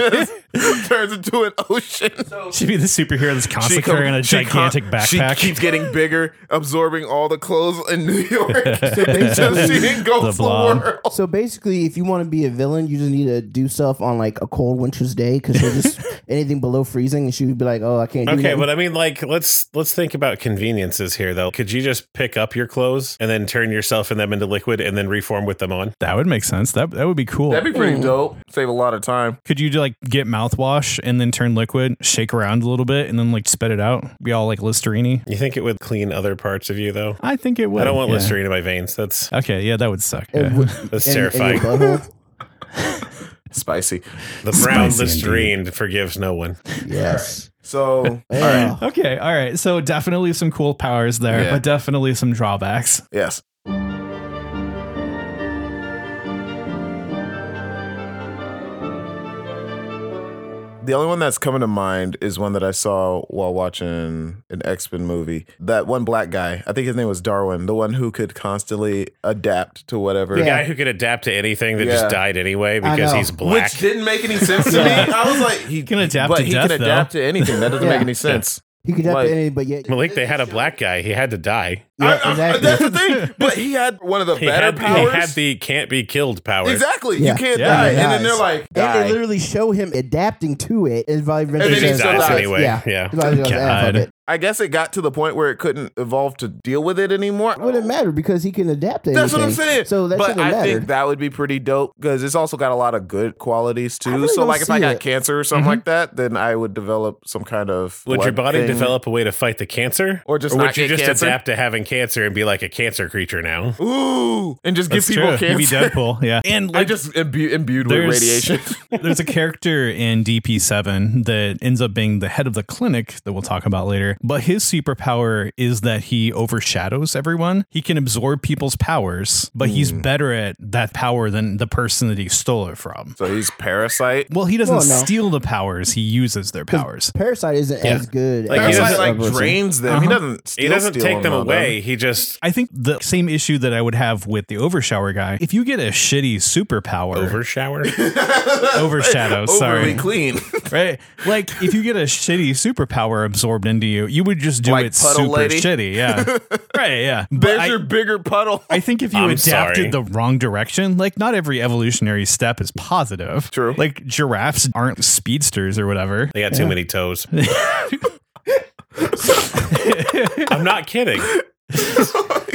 Speaker 3: just turns into an ocean.
Speaker 1: She'd be the superhero that's
Speaker 3: She
Speaker 1: constantly
Speaker 3: com-
Speaker 1: carrying a
Speaker 3: she com-
Speaker 1: gigantic backpack.
Speaker 3: She keeps getting bigger, absorbing all the clothes in New York. so they just she didn't go
Speaker 1: The
Speaker 3: for
Speaker 1: blob.
Speaker 3: world.
Speaker 2: So basically, if you want to be a villain, you just need to do stuff on like a cold winter's day because she'll just anything below freezing, and she would be like, "Oh, I can't." Do
Speaker 4: Okay,
Speaker 2: nothing."
Speaker 4: but I mean, like, let's let's think about conveniences here, though. Could you just pick up your clothes and then turn yourself and them into liquid and then reform with them on?
Speaker 1: that would make sense. That that would be cool.
Speaker 3: That'd be pretty dope. Save a lot of time.
Speaker 1: Could you like get mouthwash and then turn liquid, shake around a little bit, and then like spit it out? Be all like Listerine?
Speaker 4: You think it would clean other parts of you, though?
Speaker 1: I think it would.
Speaker 4: I don't want
Speaker 1: yeah.
Speaker 4: Listerine in my veins. That's
Speaker 1: Okay, yeah, that would suck.
Speaker 2: It
Speaker 1: yeah.
Speaker 2: would-
Speaker 4: that's
Speaker 2: and- and your
Speaker 4: terrifying.
Speaker 2: butthole.
Speaker 3: Spicy.
Speaker 4: the brown
Speaker 1: Spicy
Speaker 4: Listerine forgives no one.
Speaker 2: yes.
Speaker 3: So
Speaker 2: Yeah.
Speaker 1: Okay, all right. So definitely some cool powers there,
Speaker 3: Yeah.
Speaker 1: but definitely some drawbacks.
Speaker 3: yes. The only one that's coming to mind is one that I saw while watching an X Men movie. That one black guy, I think his name was Darwin, the one who could constantly adapt to whatever.
Speaker 4: The
Speaker 2: Yeah.
Speaker 4: guy who could adapt to anything that
Speaker 3: Yeah.
Speaker 4: just died anyway because
Speaker 2: know.
Speaker 4: he's black.
Speaker 3: Which didn't make any sense to me. I was like, he
Speaker 1: can adapt
Speaker 3: but
Speaker 1: to
Speaker 3: he
Speaker 1: death,
Speaker 3: can
Speaker 1: though.
Speaker 3: adapt to anything. That doesn't
Speaker 2: Yeah.
Speaker 3: make any sense.
Speaker 2: He could have
Speaker 3: Like-
Speaker 2: to any, but yet,
Speaker 4: Malik, they had a black guy. He had to die.
Speaker 2: yeah,
Speaker 3: I- I-
Speaker 2: exactly.
Speaker 3: that's the thing. But he had one of the
Speaker 4: He
Speaker 3: better
Speaker 4: had, he
Speaker 3: powers.
Speaker 4: had the can't be killed power.
Speaker 3: exactly.
Speaker 2: Yeah.
Speaker 3: You can't
Speaker 1: Yeah.
Speaker 3: die.
Speaker 2: And he
Speaker 3: And then
Speaker 2: dies.
Speaker 3: they're like,
Speaker 2: And
Speaker 3: die.
Speaker 2: they literally show him adapting to it, and Violet
Speaker 3: And then he
Speaker 4: He
Speaker 3: Yes,
Speaker 4: dies
Speaker 3: dies.
Speaker 4: anyway.
Speaker 2: Yeah.
Speaker 4: Yeah.
Speaker 2: It's about to go to half of
Speaker 1: God.
Speaker 2: it.
Speaker 3: I guess it got to the point where it couldn't evolve to deal with it anymore.
Speaker 2: Wouldn't matter because he can adapt to
Speaker 3: Oh. That's what I'm
Speaker 2: anything.
Speaker 3: saying.
Speaker 2: So that
Speaker 3: but
Speaker 2: shouldn't
Speaker 3: I
Speaker 2: matter.
Speaker 3: think that would be pretty dope because it's also got a lot of good qualities too.
Speaker 2: really
Speaker 3: so
Speaker 2: don't
Speaker 3: like if I
Speaker 2: see
Speaker 3: got
Speaker 2: it.
Speaker 3: cancer or something like that, then I would develop some kind of
Speaker 4: Would your
Speaker 3: blood
Speaker 4: body
Speaker 3: thing.
Speaker 4: develop a way to fight the cancer?
Speaker 3: Or just
Speaker 4: would
Speaker 3: not
Speaker 4: you
Speaker 3: get
Speaker 4: just
Speaker 3: cancer?
Speaker 4: adapt to having cancer and be like a cancer creature now?
Speaker 3: Ooh, and just give
Speaker 1: That's
Speaker 3: people
Speaker 1: true. You'd be
Speaker 3: cancer.
Speaker 1: Deadpool, yeah. And
Speaker 3: I
Speaker 1: like,
Speaker 3: just imbu- imbued with
Speaker 1: There's-
Speaker 3: radiation.
Speaker 1: there's a character in DP7 that ends up being the head of the clinic that we'll talk about later. But his superpower is that he overshadows everyone. He can absorb people's powers, but he's better at that power than the person that he stole it from.
Speaker 3: so he's parasite.
Speaker 1: Well, he doesn't
Speaker 2: Well, no.
Speaker 1: steal the powers; he uses their powers.
Speaker 2: Parasite isn't as good.
Speaker 4: Like, he
Speaker 2: as
Speaker 3: Parasite
Speaker 4: doesn't-
Speaker 3: like
Speaker 2: a person.
Speaker 3: drains them. He doesn't. Steal,
Speaker 4: He doesn't
Speaker 3: steal
Speaker 4: take them
Speaker 3: all
Speaker 4: away. He just
Speaker 1: I think the same issue that I would have with the overshower guy. If you get a shitty superpower,
Speaker 4: overshower.
Speaker 1: overshadow,
Speaker 3: Overly
Speaker 1: sorry,
Speaker 3: clean.
Speaker 1: right? Like if you get a shitty superpower absorbed into you, you would just do
Speaker 3: Like
Speaker 1: it
Speaker 3: Puddle
Speaker 1: super
Speaker 3: Lady?
Speaker 1: shitty, yeah, right, yeah. But
Speaker 3: There's
Speaker 1: I,
Speaker 3: your bigger puddle.
Speaker 1: I think if you
Speaker 4: I'm
Speaker 1: adapted
Speaker 4: sorry.
Speaker 1: the wrong direction, like not every evolutionary step is positive.
Speaker 3: True.
Speaker 1: Like giraffes aren't speedsters or whatever.
Speaker 4: They got too many toes. I'm not kidding.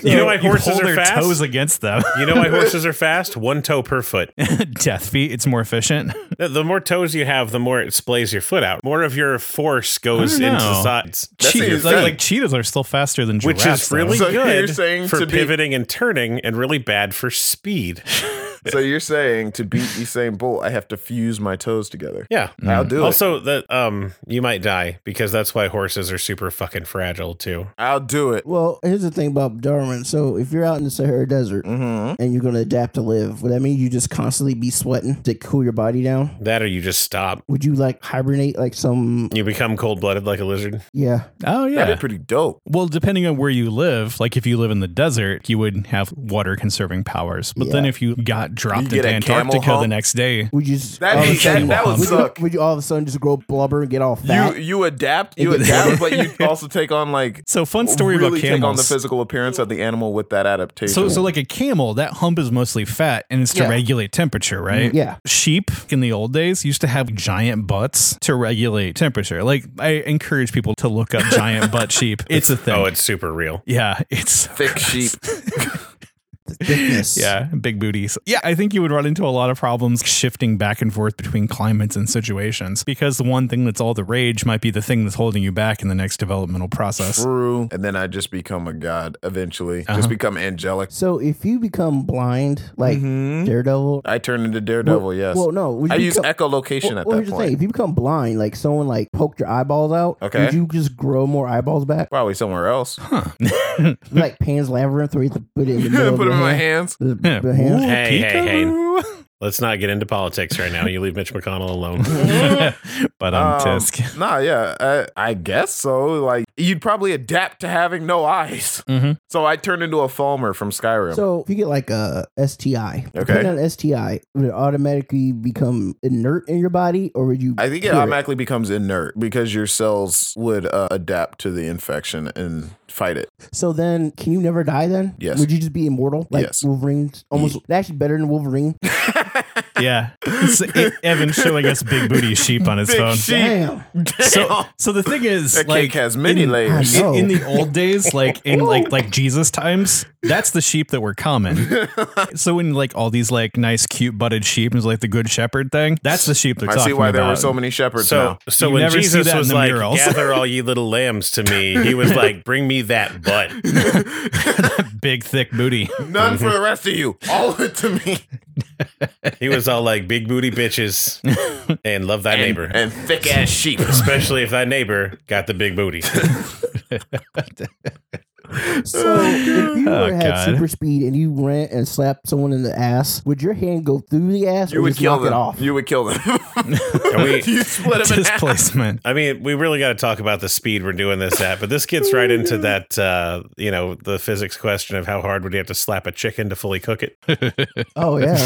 Speaker 4: you know why
Speaker 1: You
Speaker 4: horses
Speaker 1: hold
Speaker 4: are
Speaker 1: their
Speaker 4: fast?
Speaker 1: toes against them.
Speaker 4: you know why horses are fast? One toe per foot.
Speaker 1: Death feet. It's more efficient.
Speaker 4: The- The more toes you have, the more it splays your foot out. More of your force goes
Speaker 1: I don't
Speaker 4: into
Speaker 1: know.
Speaker 4: the sides.
Speaker 3: That
Speaker 1: cheetahs,
Speaker 3: seems
Speaker 1: like,
Speaker 3: good.
Speaker 1: like cheetahs are still faster than
Speaker 4: which
Speaker 1: giraffes,
Speaker 4: is really
Speaker 1: though.
Speaker 3: So
Speaker 4: good
Speaker 3: you're saying
Speaker 4: for
Speaker 3: to be-
Speaker 4: pivoting and turning and really bad for speed.
Speaker 3: so you're saying to beat Usain Bolt, I have to fuse my toes together.
Speaker 4: Yeah.
Speaker 3: I'll do it.
Speaker 4: Also, that um, you might die because that's why horses are super fucking fragile too.
Speaker 3: I'll do it.
Speaker 2: Well, here's the thing about Darwin. So if you're out in the Sahara Desert
Speaker 3: Mm-hmm.
Speaker 2: and you're going to adapt to live, would that mean you just constantly be sweating to cool your body down?
Speaker 4: That or you just stop.
Speaker 2: Would you like hibernate like some?
Speaker 4: You become cold blooded like a lizard.
Speaker 2: Yeah,
Speaker 1: Oh
Speaker 3: That'd
Speaker 1: yeah.
Speaker 3: be pretty dope.
Speaker 1: Well, depending on where you live, like if you live in the desert, you would have water conserving powers. But then
Speaker 2: Yeah.
Speaker 1: if you got dropped
Speaker 3: You get
Speaker 1: into
Speaker 3: a camel
Speaker 1: Antarctica the
Speaker 3: hump?
Speaker 1: next day,
Speaker 2: would you? Just,
Speaker 3: That'd
Speaker 2: all of
Speaker 3: be-
Speaker 2: a sudden-
Speaker 3: that- that would
Speaker 2: you-
Speaker 3: suck.
Speaker 2: Would you all of a sudden just grow blubber and get all fat?
Speaker 3: You you adapt, you
Speaker 2: It-
Speaker 3: adapt, but you also take on like
Speaker 1: so fun story
Speaker 3: really
Speaker 1: about
Speaker 3: take on the
Speaker 1: camels.
Speaker 3: physical appearance of the animal with that adaptation.
Speaker 1: So, so like a camel, that hump is mostly fat, and it's to
Speaker 2: Yeah.
Speaker 1: regulate
Speaker 3: Mm,
Speaker 1: temperature, right?
Speaker 2: Yeah.
Speaker 1: Sheep in the old days used to have giant butts to regulate temperature. Like I encourage people to look up
Speaker 3: Oh,
Speaker 1: giant butt sheep. It's a thing.
Speaker 4: Oh, it's super real.
Speaker 1: yeah, it's
Speaker 3: thick sheep.
Speaker 2: thickness.
Speaker 1: Yeah, big booties. Yeah, I think you would run into a lot of problems shifting back and forth between climates and situations because the one thing that's all the rage might be the thing that's holding you back in the next developmental process.
Speaker 3: True. And then I just become a god eventually. Just become angelic.
Speaker 2: So if you become blind, like Daredevil,
Speaker 3: I turn into Mm-hmm. Daredevil, yes.
Speaker 2: well, no, would
Speaker 3: I
Speaker 2: you
Speaker 3: use
Speaker 2: become-
Speaker 3: echolocation
Speaker 2: well,
Speaker 3: at
Speaker 2: well,
Speaker 3: that
Speaker 2: here's the
Speaker 3: point.
Speaker 2: thing: if you become blind, like someone like poked your eyeballs out,
Speaker 3: Okay.
Speaker 2: would you just grow more eyeballs back?
Speaker 3: Probably somewhere else.
Speaker 2: like Pan's Labyrinth, where you have to put it in the
Speaker 3: Put
Speaker 2: middle
Speaker 3: him
Speaker 2: of your
Speaker 3: in my
Speaker 2: hand.
Speaker 3: hands.
Speaker 2: The-
Speaker 1: Yeah.
Speaker 2: the hand.
Speaker 1: Ooh,
Speaker 4: Hey, hey, hey.
Speaker 1: peekaboo.
Speaker 4: Let's not get into politics right now. You leave Mitch McConnell alone.
Speaker 1: but on
Speaker 3: Um,
Speaker 1: Tisk.
Speaker 3: Nah, yeah. I, I guess so. Like, you'd probably adapt to having no eyes.
Speaker 1: Mhm.
Speaker 3: So I turned into a Falmer from Skyrim.
Speaker 2: So if you get like a STI,
Speaker 3: Okay.
Speaker 2: depending on STI, would it automatically become inert in your body, or would you?
Speaker 3: I think it
Speaker 2: cure
Speaker 3: automatically becomes inert because your cells would uh, adapt to the infection and fight it.
Speaker 2: So then, can you never die? Then
Speaker 3: Yes.
Speaker 2: Would you just be immortal? Like
Speaker 3: Yes.
Speaker 2: Wolverine, almost actually better than Wolverine.
Speaker 1: Yeah. It's it, Evan showing us big booty sheep on his
Speaker 3: Big
Speaker 1: phone.
Speaker 3: sheep.
Speaker 2: Damn.
Speaker 1: So, so the thing is,
Speaker 3: That
Speaker 1: like,
Speaker 3: cake has many
Speaker 1: in,
Speaker 3: layers.
Speaker 1: in- in the old days, like in like like Jesus times, that's the sheep that were common. So in like all these like nice, cute butted sheep, and like the Good Shepherd thing. That's the sheep they're
Speaker 3: I
Speaker 1: talking
Speaker 3: see why
Speaker 1: about.
Speaker 3: there were so many shepherds
Speaker 4: So,
Speaker 3: now.
Speaker 4: so
Speaker 1: You
Speaker 4: when
Speaker 1: never see
Speaker 4: Jesus
Speaker 1: that in
Speaker 4: was
Speaker 1: the
Speaker 4: like,
Speaker 1: murals.
Speaker 4: "Gather all ye little lambs to me," he was like, "Bring me that butt."
Speaker 1: big, thick booty.
Speaker 3: None for the rest of you. All of it to me.
Speaker 4: He was all like, "Big booty bitches," and love thy neighbor,
Speaker 3: And thick ass sheep.
Speaker 4: especially if thy neighbor got the big booty.
Speaker 2: So if you
Speaker 1: Oh,
Speaker 2: were- had
Speaker 1: God.
Speaker 2: super speed and you ran and slapped someone in the ass, would your hand go through the ass
Speaker 3: You
Speaker 2: or
Speaker 3: would
Speaker 2: just
Speaker 3: kill
Speaker 2: knock
Speaker 3: them.
Speaker 2: it off?
Speaker 3: You would kill them.
Speaker 4: we-
Speaker 3: you split them in half.
Speaker 1: Displacement.
Speaker 4: I mean, we really got to talk about the speed we're doing this at, but this gets right into that, uh, you know, the physics question of how hard would you have to slap a chicken to fully cook it?
Speaker 2: oh yeah.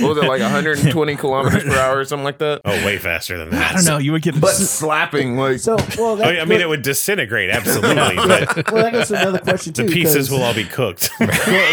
Speaker 3: What was it like 120 kilometers per hour or something like that?
Speaker 4: Oh, way faster than that.
Speaker 1: I don't know. You would get
Speaker 3: But slapping like
Speaker 2: So well,
Speaker 4: I
Speaker 2: that,
Speaker 4: mean, Oh, I mean, it would disintegrate absolutely, but
Speaker 2: well, that goes to another question too.
Speaker 4: the pieces
Speaker 2: 'cause
Speaker 4: will all be cooked.
Speaker 2: go-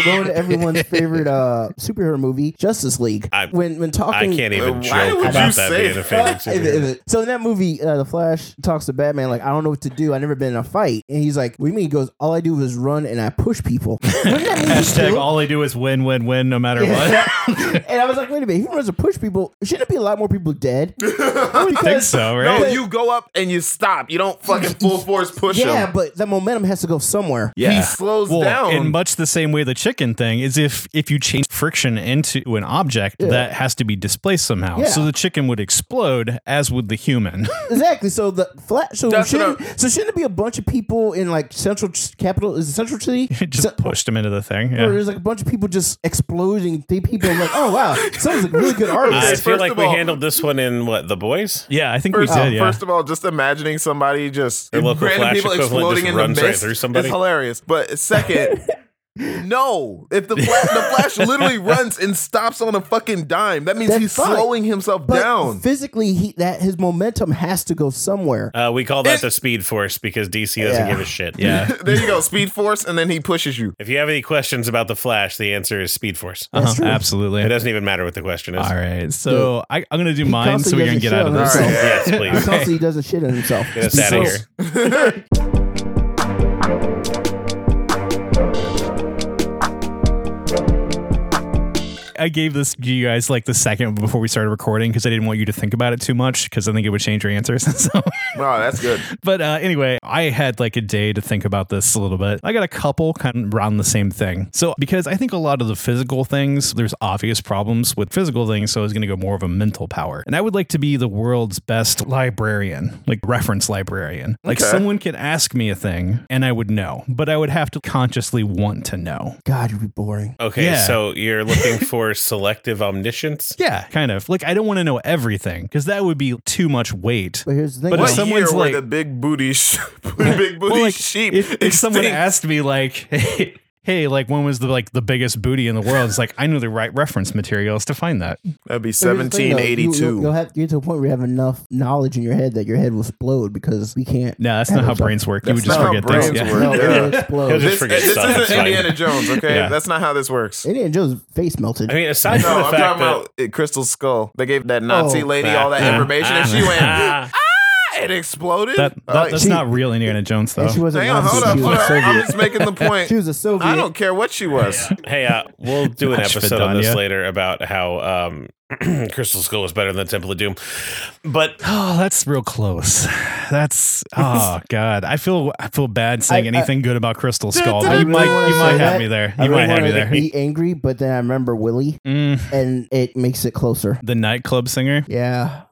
Speaker 2: going to everyone's favorite uh, superhero movie, Justice League.
Speaker 4: I-
Speaker 2: when when
Speaker 4: I
Speaker 2: talking,
Speaker 4: can't even
Speaker 3: Why
Speaker 4: joke
Speaker 3: would you
Speaker 4: about that
Speaker 3: say
Speaker 4: being a
Speaker 2: Uh,
Speaker 4: favorite.
Speaker 2: if-
Speaker 4: superhero.
Speaker 2: if- so in that movie, uh, the Flash talks to Batman like, "I don't know what to do. I never been in a fight," and he's like, "What do you mean?" He goes, "All I do is run and I push people." Wouldn't that mean he's
Speaker 1: hashtag
Speaker 2: killed?
Speaker 1: all I do is win, win, win, no matter what.
Speaker 2: and I was like, "Wait a minute! He runs to push people. Shouldn't it be a lot more people dead?"
Speaker 1: I think so, right?
Speaker 3: no, you go up and you stop. You don't fucking full force push
Speaker 2: Yeah,
Speaker 3: him.
Speaker 2: but the momentum has to go somewhere.
Speaker 3: He slows
Speaker 1: well,
Speaker 3: down.
Speaker 1: In much the same way the chicken thing is if if you change friction into an object, that has to be displaced somehow.
Speaker 2: Yeah.
Speaker 1: So the chicken would explode, as would the human.
Speaker 2: Exactly. So the flat. So
Speaker 3: That's what
Speaker 2: shouldn't, so shouldn't it be a bunch of people in like central ch- capital? Is it central city?
Speaker 1: Just
Speaker 2: So-
Speaker 1: pushed him into the thing.
Speaker 2: where
Speaker 1: Yeah.
Speaker 2: there's like a bunch of people just exploding. Three people like, oh wow, someone's a really good
Speaker 4: I
Speaker 2: artist.
Speaker 4: feel
Speaker 3: First
Speaker 4: like
Speaker 3: of
Speaker 4: we
Speaker 3: all-
Speaker 4: handled this one in what the boys.
Speaker 1: Yeah, I think
Speaker 3: First,
Speaker 1: we
Speaker 3: of-
Speaker 1: did. Yeah.
Speaker 3: first of all, just imagining somebody just
Speaker 4: Your
Speaker 3: random
Speaker 4: local Flash
Speaker 3: people
Speaker 4: equivalent
Speaker 3: exploding
Speaker 4: just
Speaker 3: in the
Speaker 4: runs right
Speaker 3: mist
Speaker 4: through somebody.
Speaker 3: is hilarious. But second, no, if the flash, the flash literally runs and stops on a fucking dime, that means
Speaker 2: That's
Speaker 3: he's
Speaker 2: fine.
Speaker 3: slowing himself
Speaker 2: But
Speaker 3: down.
Speaker 2: physically, he that his momentum has to go somewhere.
Speaker 4: Uh, we call that
Speaker 3: It-
Speaker 4: the Speed Force because DC doesn't
Speaker 2: Yeah.
Speaker 4: give a shit.
Speaker 1: yeah.
Speaker 3: there you go, speed force, and then he pushes you.
Speaker 4: If you have any questions about the Flash, the answer is Speed Force.
Speaker 1: Uh-huh,
Speaker 2: true.
Speaker 1: absolutely.
Speaker 4: It doesn't even matter what the question is.
Speaker 1: All right. So I, I'm going to do mine so
Speaker 2: constantly
Speaker 1: we can get
Speaker 2: doesn't show
Speaker 1: out of this.
Speaker 3: himself. All right.
Speaker 4: Yes,
Speaker 2: He
Speaker 4: please.
Speaker 2: constantly does a shit on himself.
Speaker 4: Get us out of here.
Speaker 1: I gave this to you guys like the second before we started recording because I didn't want you to think about it too much because I think it would change your answers. so
Speaker 3: Oh, that's good.
Speaker 1: But uh, anyway, I had like a day to think about this a little bit. I got a couple kind of around the same thing. So, because I think a lot of the physical things, there's obvious problems with physical things. So, I was going to go more of a mental power. And I would like to be the world's best librarian, like reference librarian. Like,
Speaker 3: Okay.
Speaker 1: someone could ask me a thing and I would know, but I would have to consciously want to know.
Speaker 2: God, you'd be boring.
Speaker 4: Okay,
Speaker 1: Yeah.
Speaker 4: so you're looking for selective omniscience?
Speaker 1: Yeah, kind of. Like, I don't want to know everything because that would be too much weight.
Speaker 2: But here's the thing.
Speaker 1: But
Speaker 3: What
Speaker 1: if someone's
Speaker 3: year
Speaker 1: like-
Speaker 3: were the big booty, sh- big booty
Speaker 1: Well, like,
Speaker 3: sheep?
Speaker 1: If, if someone
Speaker 3: extinct?
Speaker 1: asked me like, hey, hey, like when was the like the biggest booty in the world? It's like I knew the right reference materials to find that.
Speaker 3: that'd be
Speaker 2: But here's the thing, though, You, will
Speaker 3: 1782.
Speaker 2: have to get to a point where you have enough knowledge in your head that your head will explode because we can't.
Speaker 1: No, that's not how brains work. You would
Speaker 3: That's
Speaker 1: just
Speaker 3: not how
Speaker 1: forget things.
Speaker 3: brains
Speaker 1: Yeah.
Speaker 3: work.
Speaker 2: No, it will
Speaker 4: He'll
Speaker 2: explode.
Speaker 4: just
Speaker 3: This,
Speaker 4: forget
Speaker 3: this
Speaker 4: stuff, it's
Speaker 3: isn't
Speaker 4: fine.
Speaker 3: Indiana Jones, okay?
Speaker 1: Yeah.
Speaker 3: That's not how this works.
Speaker 2: Indiana Jones' face melted.
Speaker 4: I mean, aside
Speaker 3: No,
Speaker 4: from the
Speaker 3: I'm
Speaker 4: fact
Speaker 3: talking
Speaker 4: that
Speaker 3: about Crystal's skull. They gave that Nazi
Speaker 2: Oh.
Speaker 3: lady all that information, and she went,
Speaker 4: Ah.
Speaker 3: "Ah," it exploded.
Speaker 1: That, that
Speaker 3: Like,
Speaker 1: that's
Speaker 2: Uh, she-
Speaker 1: not real Indiana Jones though.
Speaker 2: And she wasn't
Speaker 3: hang on,
Speaker 2: Nazi,
Speaker 3: hold up.
Speaker 2: she
Speaker 3: hold
Speaker 2: was
Speaker 3: up. I'm
Speaker 2: Soviet.
Speaker 3: just making the point.
Speaker 2: She was a Soviet.
Speaker 3: I don't care what she
Speaker 1: Ah.
Speaker 3: was.
Speaker 4: Hey, uh, we'll do an
Speaker 1: Gosh,
Speaker 4: episode on this
Speaker 1: Vidania.
Speaker 4: later about how um, Crystal Skull is better than Temple of Doom. But
Speaker 1: Oh, that's real close. That's oh god. I feel I feel bad saying
Speaker 2: I- I-
Speaker 1: anything good about Crystal Skull.
Speaker 3: I
Speaker 1: but Uh, you
Speaker 3: really
Speaker 1: might
Speaker 2: wanna
Speaker 1: you
Speaker 2: say
Speaker 1: might have
Speaker 2: that.
Speaker 1: me there.
Speaker 2: I
Speaker 1: You
Speaker 2: really
Speaker 1: might have me
Speaker 2: wanted to
Speaker 1: there.
Speaker 2: Be angry, but then I remember Willie,
Speaker 1: Mm,
Speaker 2: and it makes it closer.
Speaker 1: the nightclub singer.
Speaker 2: Yeah,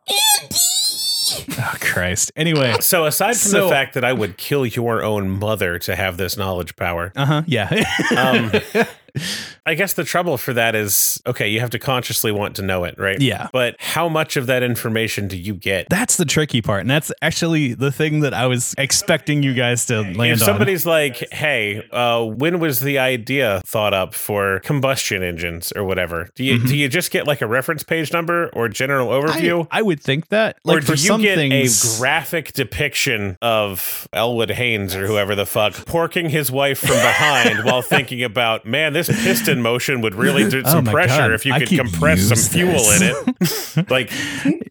Speaker 1: Oh Christ. Anyway.
Speaker 4: so aside from
Speaker 1: So-
Speaker 4: the fact that I would kill your own mother to have this knowledge power,
Speaker 1: Uh huh. Yeah.
Speaker 4: um, I guess the trouble for that is okay, you have to consciously want to know it, right?
Speaker 1: Yeah.
Speaker 4: But how much of that information do you get?
Speaker 1: that's the tricky part, and that's actually the thing that I was expecting you guys to land
Speaker 4: if
Speaker 1: on.
Speaker 4: somebody's like, "Hey, uh, when was the idea thought up for combustion engines or whatever?" Do you do you just get like a reference page number or general overview?
Speaker 1: Mm-hmm. I, I would think that, like,
Speaker 4: or do
Speaker 1: for
Speaker 4: you
Speaker 1: some
Speaker 4: get
Speaker 1: things,
Speaker 4: a graphic depiction of Elwood Haynes or whoever the fuck porking his wife from behind while thinking about, man, this piston motion would really do
Speaker 1: Oh
Speaker 4: some
Speaker 1: my
Speaker 4: pressure
Speaker 1: God,
Speaker 4: if you
Speaker 1: I
Speaker 4: could
Speaker 1: could
Speaker 4: compress some
Speaker 1: use
Speaker 4: fuel
Speaker 1: this."
Speaker 4: in it. like,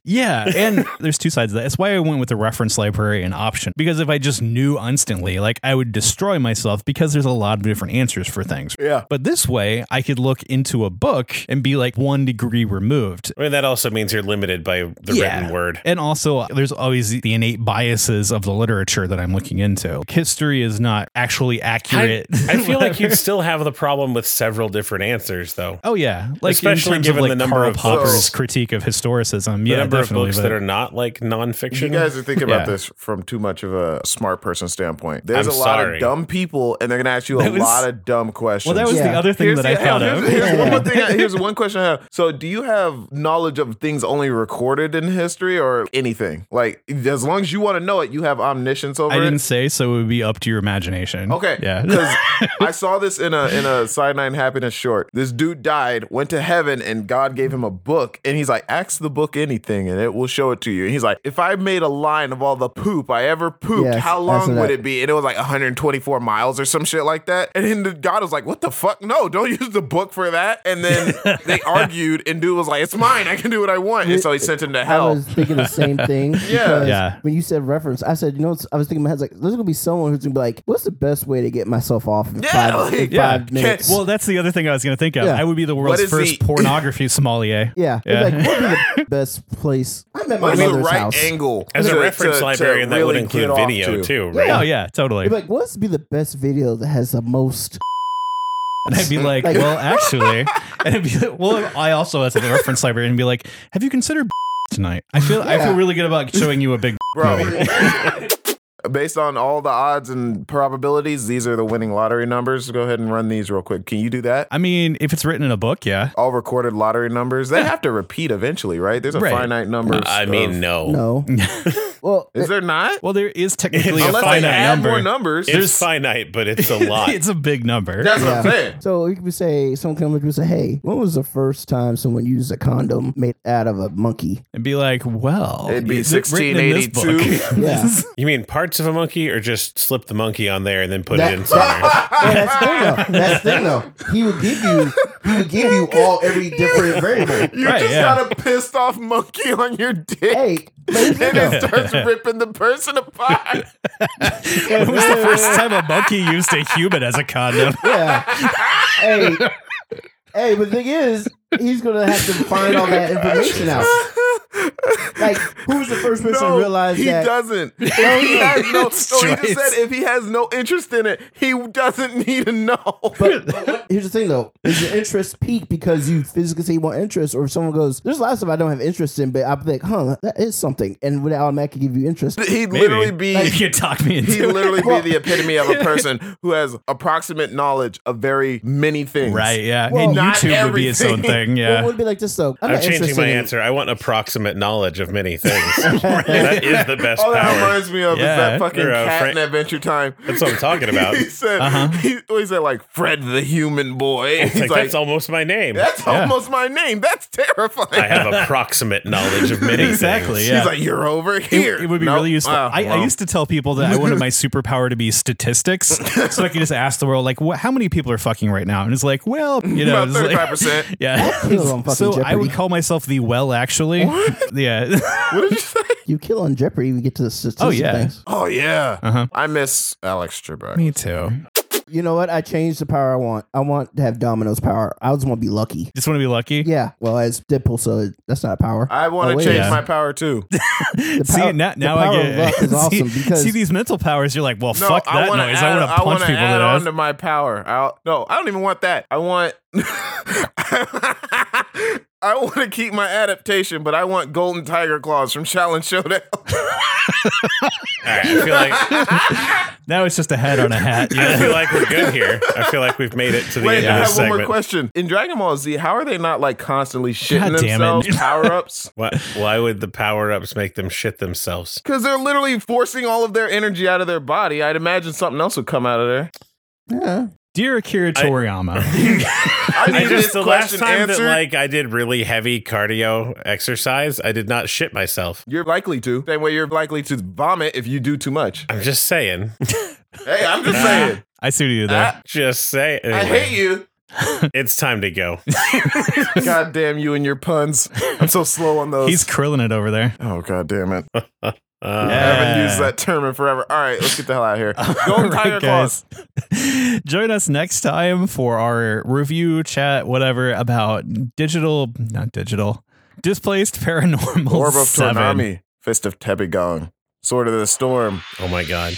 Speaker 1: Yeah, and there's two sides to that. That's why I went with the reference library and option because if I just knew instantly, like I would destroy myself because there's a lot of different answers for things.
Speaker 3: Yeah.
Speaker 1: But this way, I could look into a book and be like one degree removed.
Speaker 4: I mean, that also means you're limited by the
Speaker 1: Yeah.
Speaker 4: written word.
Speaker 1: And also, there's always the innate biases of the literature that I'm looking into. History is not actually accurate.
Speaker 4: I feel like
Speaker 1: Whatever.
Speaker 4: you'd still have the problem with several different answers, though.
Speaker 1: Oh yeah, like
Speaker 4: Especially
Speaker 1: in terms
Speaker 4: given
Speaker 1: of like
Speaker 4: the number
Speaker 1: Karl
Speaker 4: of
Speaker 1: Popper's
Speaker 3: books.
Speaker 1: critique of historicism.
Speaker 4: The
Speaker 1: yeah,
Speaker 4: number of
Speaker 1: definitely,
Speaker 4: books
Speaker 1: but-
Speaker 4: that are not like nonfiction.
Speaker 3: You guys are thinking about
Speaker 1: Yeah.
Speaker 3: this from too much of a smart person standpoint. There's
Speaker 4: I'm
Speaker 3: a lot
Speaker 4: sorry.
Speaker 3: of dumb people, and they're going to ask you a
Speaker 1: That was-
Speaker 3: lot of dumb questions.
Speaker 1: well, that was the
Speaker 2: Yeah.
Speaker 1: other thing that I
Speaker 3: the- hang on,
Speaker 1: thought of.
Speaker 3: Here's, here's one
Speaker 1: Yeah.
Speaker 3: more thing. I- here's one question I have. So, do you have knowledge of things only recorded in history or anything? Like, as long as you want to know it, you have omniscience over
Speaker 1: I
Speaker 3: it.
Speaker 1: didn't say, so it would be up to your imagination.
Speaker 3: Okay.
Speaker 1: Yeah.
Speaker 3: Because I saw this in a in a Side Nine Happiness short. This dude died, went to heaven, and God gave him a book, and he's like, "Ask the book anything, and it will show it to you." And he's like, "If I made a line of all the poop I ever pooped,
Speaker 2: Yes,
Speaker 3: how
Speaker 2: that's
Speaker 3: long
Speaker 2: what
Speaker 3: would
Speaker 2: I-
Speaker 3: it be?" And it was like 124 miles or some shit like that. And then the God was like, "What the fuck? No, don't use the book for that." And then they argued, and dude was like, "It's mine. I can do what I want." And so he sent him to
Speaker 2: I
Speaker 3: hell.
Speaker 2: was thinking the same thing. because
Speaker 1: Yeah.
Speaker 2: When you said reference, I said, you know, it's- I was thinking in my head like, there's gonna be someone who's gonna be like, what's the best way to get myself off in
Speaker 3: Yeah,
Speaker 2: five,
Speaker 3: like-
Speaker 2: in
Speaker 1: Yeah.
Speaker 2: five minutes?
Speaker 1: Well, that's the other thing I was going to think of.
Speaker 2: Yeah.
Speaker 1: I would be the world's
Speaker 3: is
Speaker 1: first
Speaker 3: the-
Speaker 1: pornography sommelier.
Speaker 2: yeah.
Speaker 1: Yeah.
Speaker 2: It's like, what'd be the best place? I'm at my
Speaker 3: What's the
Speaker 2: mother's
Speaker 3: right
Speaker 2: house.
Speaker 3: angle
Speaker 4: As
Speaker 3: to-
Speaker 4: a reference
Speaker 3: to- to
Speaker 4: librarian, that
Speaker 3: really
Speaker 4: would include
Speaker 3: get off
Speaker 4: video
Speaker 3: to?
Speaker 4: too, right?
Speaker 1: Oh yeah, totally.
Speaker 2: It's like, what's be the best video that has the most?
Speaker 1: And I'd be like,
Speaker 2: Like-
Speaker 1: well, actually, and it'd be like, well, I also as a reference library and be like, have you considered tonight? I feel I
Speaker 2: Yeah.
Speaker 1: feel really good about showing you a big
Speaker 3: bro.
Speaker 1: movie.
Speaker 3: Based on all the odds and probabilities, these are the winning lottery numbers. Go ahead and run these real quick. Can you do that?
Speaker 1: I mean, if it's written in a book, yeah.
Speaker 3: All recorded lottery numbers. They have to repeat eventually, right? There's a
Speaker 1: Right.
Speaker 3: finite number.
Speaker 4: I mean,
Speaker 3: of-
Speaker 4: no.
Speaker 2: No. well,
Speaker 3: is there not?
Speaker 1: Well, there is technically
Speaker 4: It's
Speaker 1: a
Speaker 4: a
Speaker 3: Unless they
Speaker 1: finite
Speaker 3: add
Speaker 1: number.
Speaker 3: more numbers.
Speaker 4: It's finite, but it's a lot.
Speaker 1: it's a big number.
Speaker 3: That's what I'm saying.
Speaker 2: So you could say someone come up to you and say, "Hey, when was the first time someone used a condom made out of a monkey?"
Speaker 1: And be like, well,
Speaker 3: It'd be
Speaker 1: is it written in this book?
Speaker 3: 1682.
Speaker 2: Yeah,
Speaker 4: You mean parts of a monkey, or just slip the monkey on there and then put
Speaker 2: That-
Speaker 4: it in somewhere?
Speaker 2: Well, that's the thing though. That's the thing though. He would give you, he would give you all every different variable.
Speaker 3: You
Speaker 1: Right,
Speaker 3: just
Speaker 1: yeah.
Speaker 3: got a pissed off monkey on your dick.
Speaker 2: Hey, but here's the
Speaker 3: And
Speaker 2: thing,
Speaker 3: it
Speaker 2: though.
Speaker 3: starts ripping the person apart.
Speaker 1: When was the first time a monkey used a human as a condom?
Speaker 2: yeah. Hey, hey, but the thing is, he's gonna have to find all that information out. Like, who's the first person to realize
Speaker 3: he
Speaker 2: that?
Speaker 3: doesn't. If he has no, no, he just
Speaker 1: right.
Speaker 3: said if he has no interest in it, he doesn't need to know.
Speaker 2: But, but here's the thing, though: is your interest peak because you physically say you want interest, or if someone goes, "There's lots of I don't have interest in," but I'm like, "Huh, that is something," and would it automatically give you interest?
Speaker 3: He'd literally be
Speaker 1: if you talk me
Speaker 3: he'd
Speaker 1: into it.
Speaker 3: literally be the epitome of a person who has approximate knowledge of very many things.
Speaker 1: Right, yeah.
Speaker 2: Well,
Speaker 1: and
Speaker 3: not
Speaker 1: YouTube would be its own
Speaker 3: everything.
Speaker 1: thing,
Speaker 2: It
Speaker 1: yeah.
Speaker 2: would be like this though. I'm,
Speaker 4: I'm
Speaker 2: not
Speaker 4: changing
Speaker 2: interested
Speaker 4: my
Speaker 2: in-
Speaker 4: answer. I want approximate knowledge of many things. That is the best
Speaker 3: All Oh, that
Speaker 4: power.
Speaker 3: reminds me of
Speaker 1: Yeah.
Speaker 3: is that fucking
Speaker 4: You're a
Speaker 3: cat
Speaker 4: Fra-
Speaker 3: in Adventure Time.
Speaker 4: That's what I'm talking about.
Speaker 3: he said
Speaker 1: Uh-huh.
Speaker 3: he always said like Fred the human boy. He's
Speaker 4: Like,
Speaker 3: like,
Speaker 4: that's almost my name.
Speaker 3: that's
Speaker 1: Yeah.
Speaker 3: almost my name. That's terrifying.
Speaker 4: I have approximate knowledge of many
Speaker 1: Exactly,
Speaker 4: things.
Speaker 1: yeah.
Speaker 3: He's like, you're over here.
Speaker 1: It, it would be
Speaker 3: Nope.
Speaker 1: really useful.
Speaker 3: Wow.
Speaker 1: I,
Speaker 3: Well,
Speaker 1: I used to tell people that I wanted my superpower to be statistics, so I could just ask the world, like, what, how many people are fucking right now? And it's like, well, you know,
Speaker 3: about
Speaker 1: it's like-
Speaker 3: 35%.
Speaker 1: yeah.
Speaker 2: Still on fucking
Speaker 1: so I
Speaker 2: Jeopardy.
Speaker 1: would call myself the well, actually, yeah.
Speaker 3: What did you say?
Speaker 2: You kill on Jeopardy, we get to the statistics.
Speaker 1: Oh, yeah.
Speaker 2: things.
Speaker 3: Oh yeah,
Speaker 1: Uh-huh.
Speaker 3: I miss Alex Trebek.
Speaker 1: Me too.
Speaker 2: You know what? I changed the power I want. I want to have Domino's power. I just want to be lucky.
Speaker 1: Just want to be lucky.
Speaker 2: Yeah. Well, as Deadpool, so that's not a power.
Speaker 3: I want
Speaker 2: Oh,
Speaker 3: to
Speaker 2: wait.
Speaker 3: change
Speaker 1: Yeah.
Speaker 3: my power too.
Speaker 1: see
Speaker 2: power-
Speaker 1: now,
Speaker 2: Oh, the
Speaker 1: now I
Speaker 2: power of
Speaker 1: get
Speaker 2: luck is awesome
Speaker 1: see,
Speaker 2: because-
Speaker 1: see these mental powers. You're like, well,
Speaker 3: No,
Speaker 1: fuck
Speaker 3: I
Speaker 1: that
Speaker 3: want to
Speaker 1: noise. I
Speaker 3: add,
Speaker 1: want to
Speaker 3: I
Speaker 1: punch
Speaker 3: wanna
Speaker 1: people in
Speaker 3: add
Speaker 1: the
Speaker 3: on
Speaker 1: ass.
Speaker 3: to my power. I'll, no, I don't even want that. I want. I want to keep my adaptation, but I want Golden Tiger Claws from Challenge Showdown.
Speaker 4: All right, I feel like
Speaker 1: now it's just a head on a hat.
Speaker 4: I
Speaker 1: Yeah.
Speaker 4: feel like we're good here. I feel like we've made it to the
Speaker 3: Wait,
Speaker 4: end
Speaker 3: I
Speaker 4: of
Speaker 3: have
Speaker 4: this
Speaker 3: one more
Speaker 4: segment.
Speaker 3: question. In Dragon Ball Z, how are they not like constantly shitting
Speaker 1: God damn it.
Speaker 3: themselves? Power ups.
Speaker 4: Why, why would the power ups make them shit themselves?
Speaker 3: Because they're literally forcing all of their energy out of their body. I'd imagine something else would come out of there.
Speaker 2: Yeah.
Speaker 1: Dear Akira Toriyama,
Speaker 3: I need
Speaker 4: I just
Speaker 3: this
Speaker 4: the last
Speaker 3: question
Speaker 4: time
Speaker 3: answered.
Speaker 4: that like I did really heavy cardio exercise, I did not shit myself.
Speaker 3: you're likely to. Same way you're likely to vomit if you do too much.
Speaker 4: I'm just saying.
Speaker 3: Hey, I'm just saying.
Speaker 1: I see what you did there.
Speaker 4: Just say.
Speaker 3: I
Speaker 4: anyway,
Speaker 3: hate you.
Speaker 4: It's time to go.
Speaker 3: God damn you and your puns. I'm so slow on those.
Speaker 1: He's krilling it over there.
Speaker 3: oh, god damn it.
Speaker 4: Uh,
Speaker 3: I haven't
Speaker 1: Yeah.
Speaker 3: used that term in forever. All right, let's get the hell out of here. Golden
Speaker 1: All
Speaker 3: Tiger
Speaker 1: right,
Speaker 3: Claws.
Speaker 1: guys. Join us next time for our review, chat, whatever about digital, not digital, displaced paranormal.
Speaker 3: Orb of
Speaker 1: seven.
Speaker 3: Tornami. Fist of Tebigong. Sword of the Storm.
Speaker 4: Oh my god.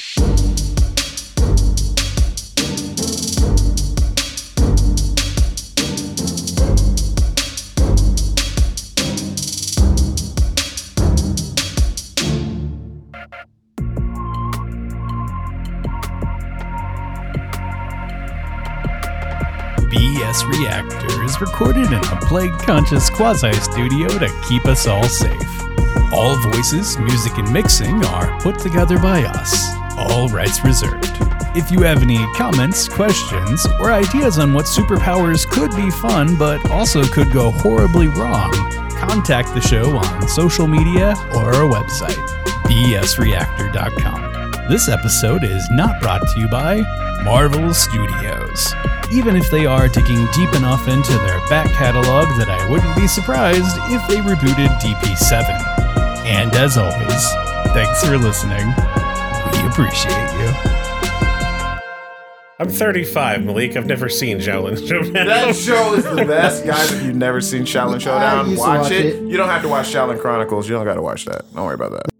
Speaker 1: BS Reactor is recorded in a plague conscious quasi studio to keep us all safe. All voices, music, and mixing are put together by us, all rights reserved. If you have any comments, questions, or ideas on what superpowers could be fun but also could go horribly wrong, contact the show on social media or our website, bsreactor.com. This episode is not brought to you by Marvel Studios. Even if they are digging deep enough into their back catalog that I wouldn't be surprised if they rebooted DP7. And as always, thanks for listening. We appreciate you.
Speaker 4: I'm 35, Malik. I've never seen Shaolin Showdown.
Speaker 3: That show is the best, guys. If you've never seen Shaolin
Speaker 2: I
Speaker 3: Showdown,
Speaker 2: used to
Speaker 3: watch
Speaker 2: watch
Speaker 3: it.
Speaker 2: it.
Speaker 3: You don't have to watch Shaolin Chronicles. You don't got to watch that. Don't worry about that.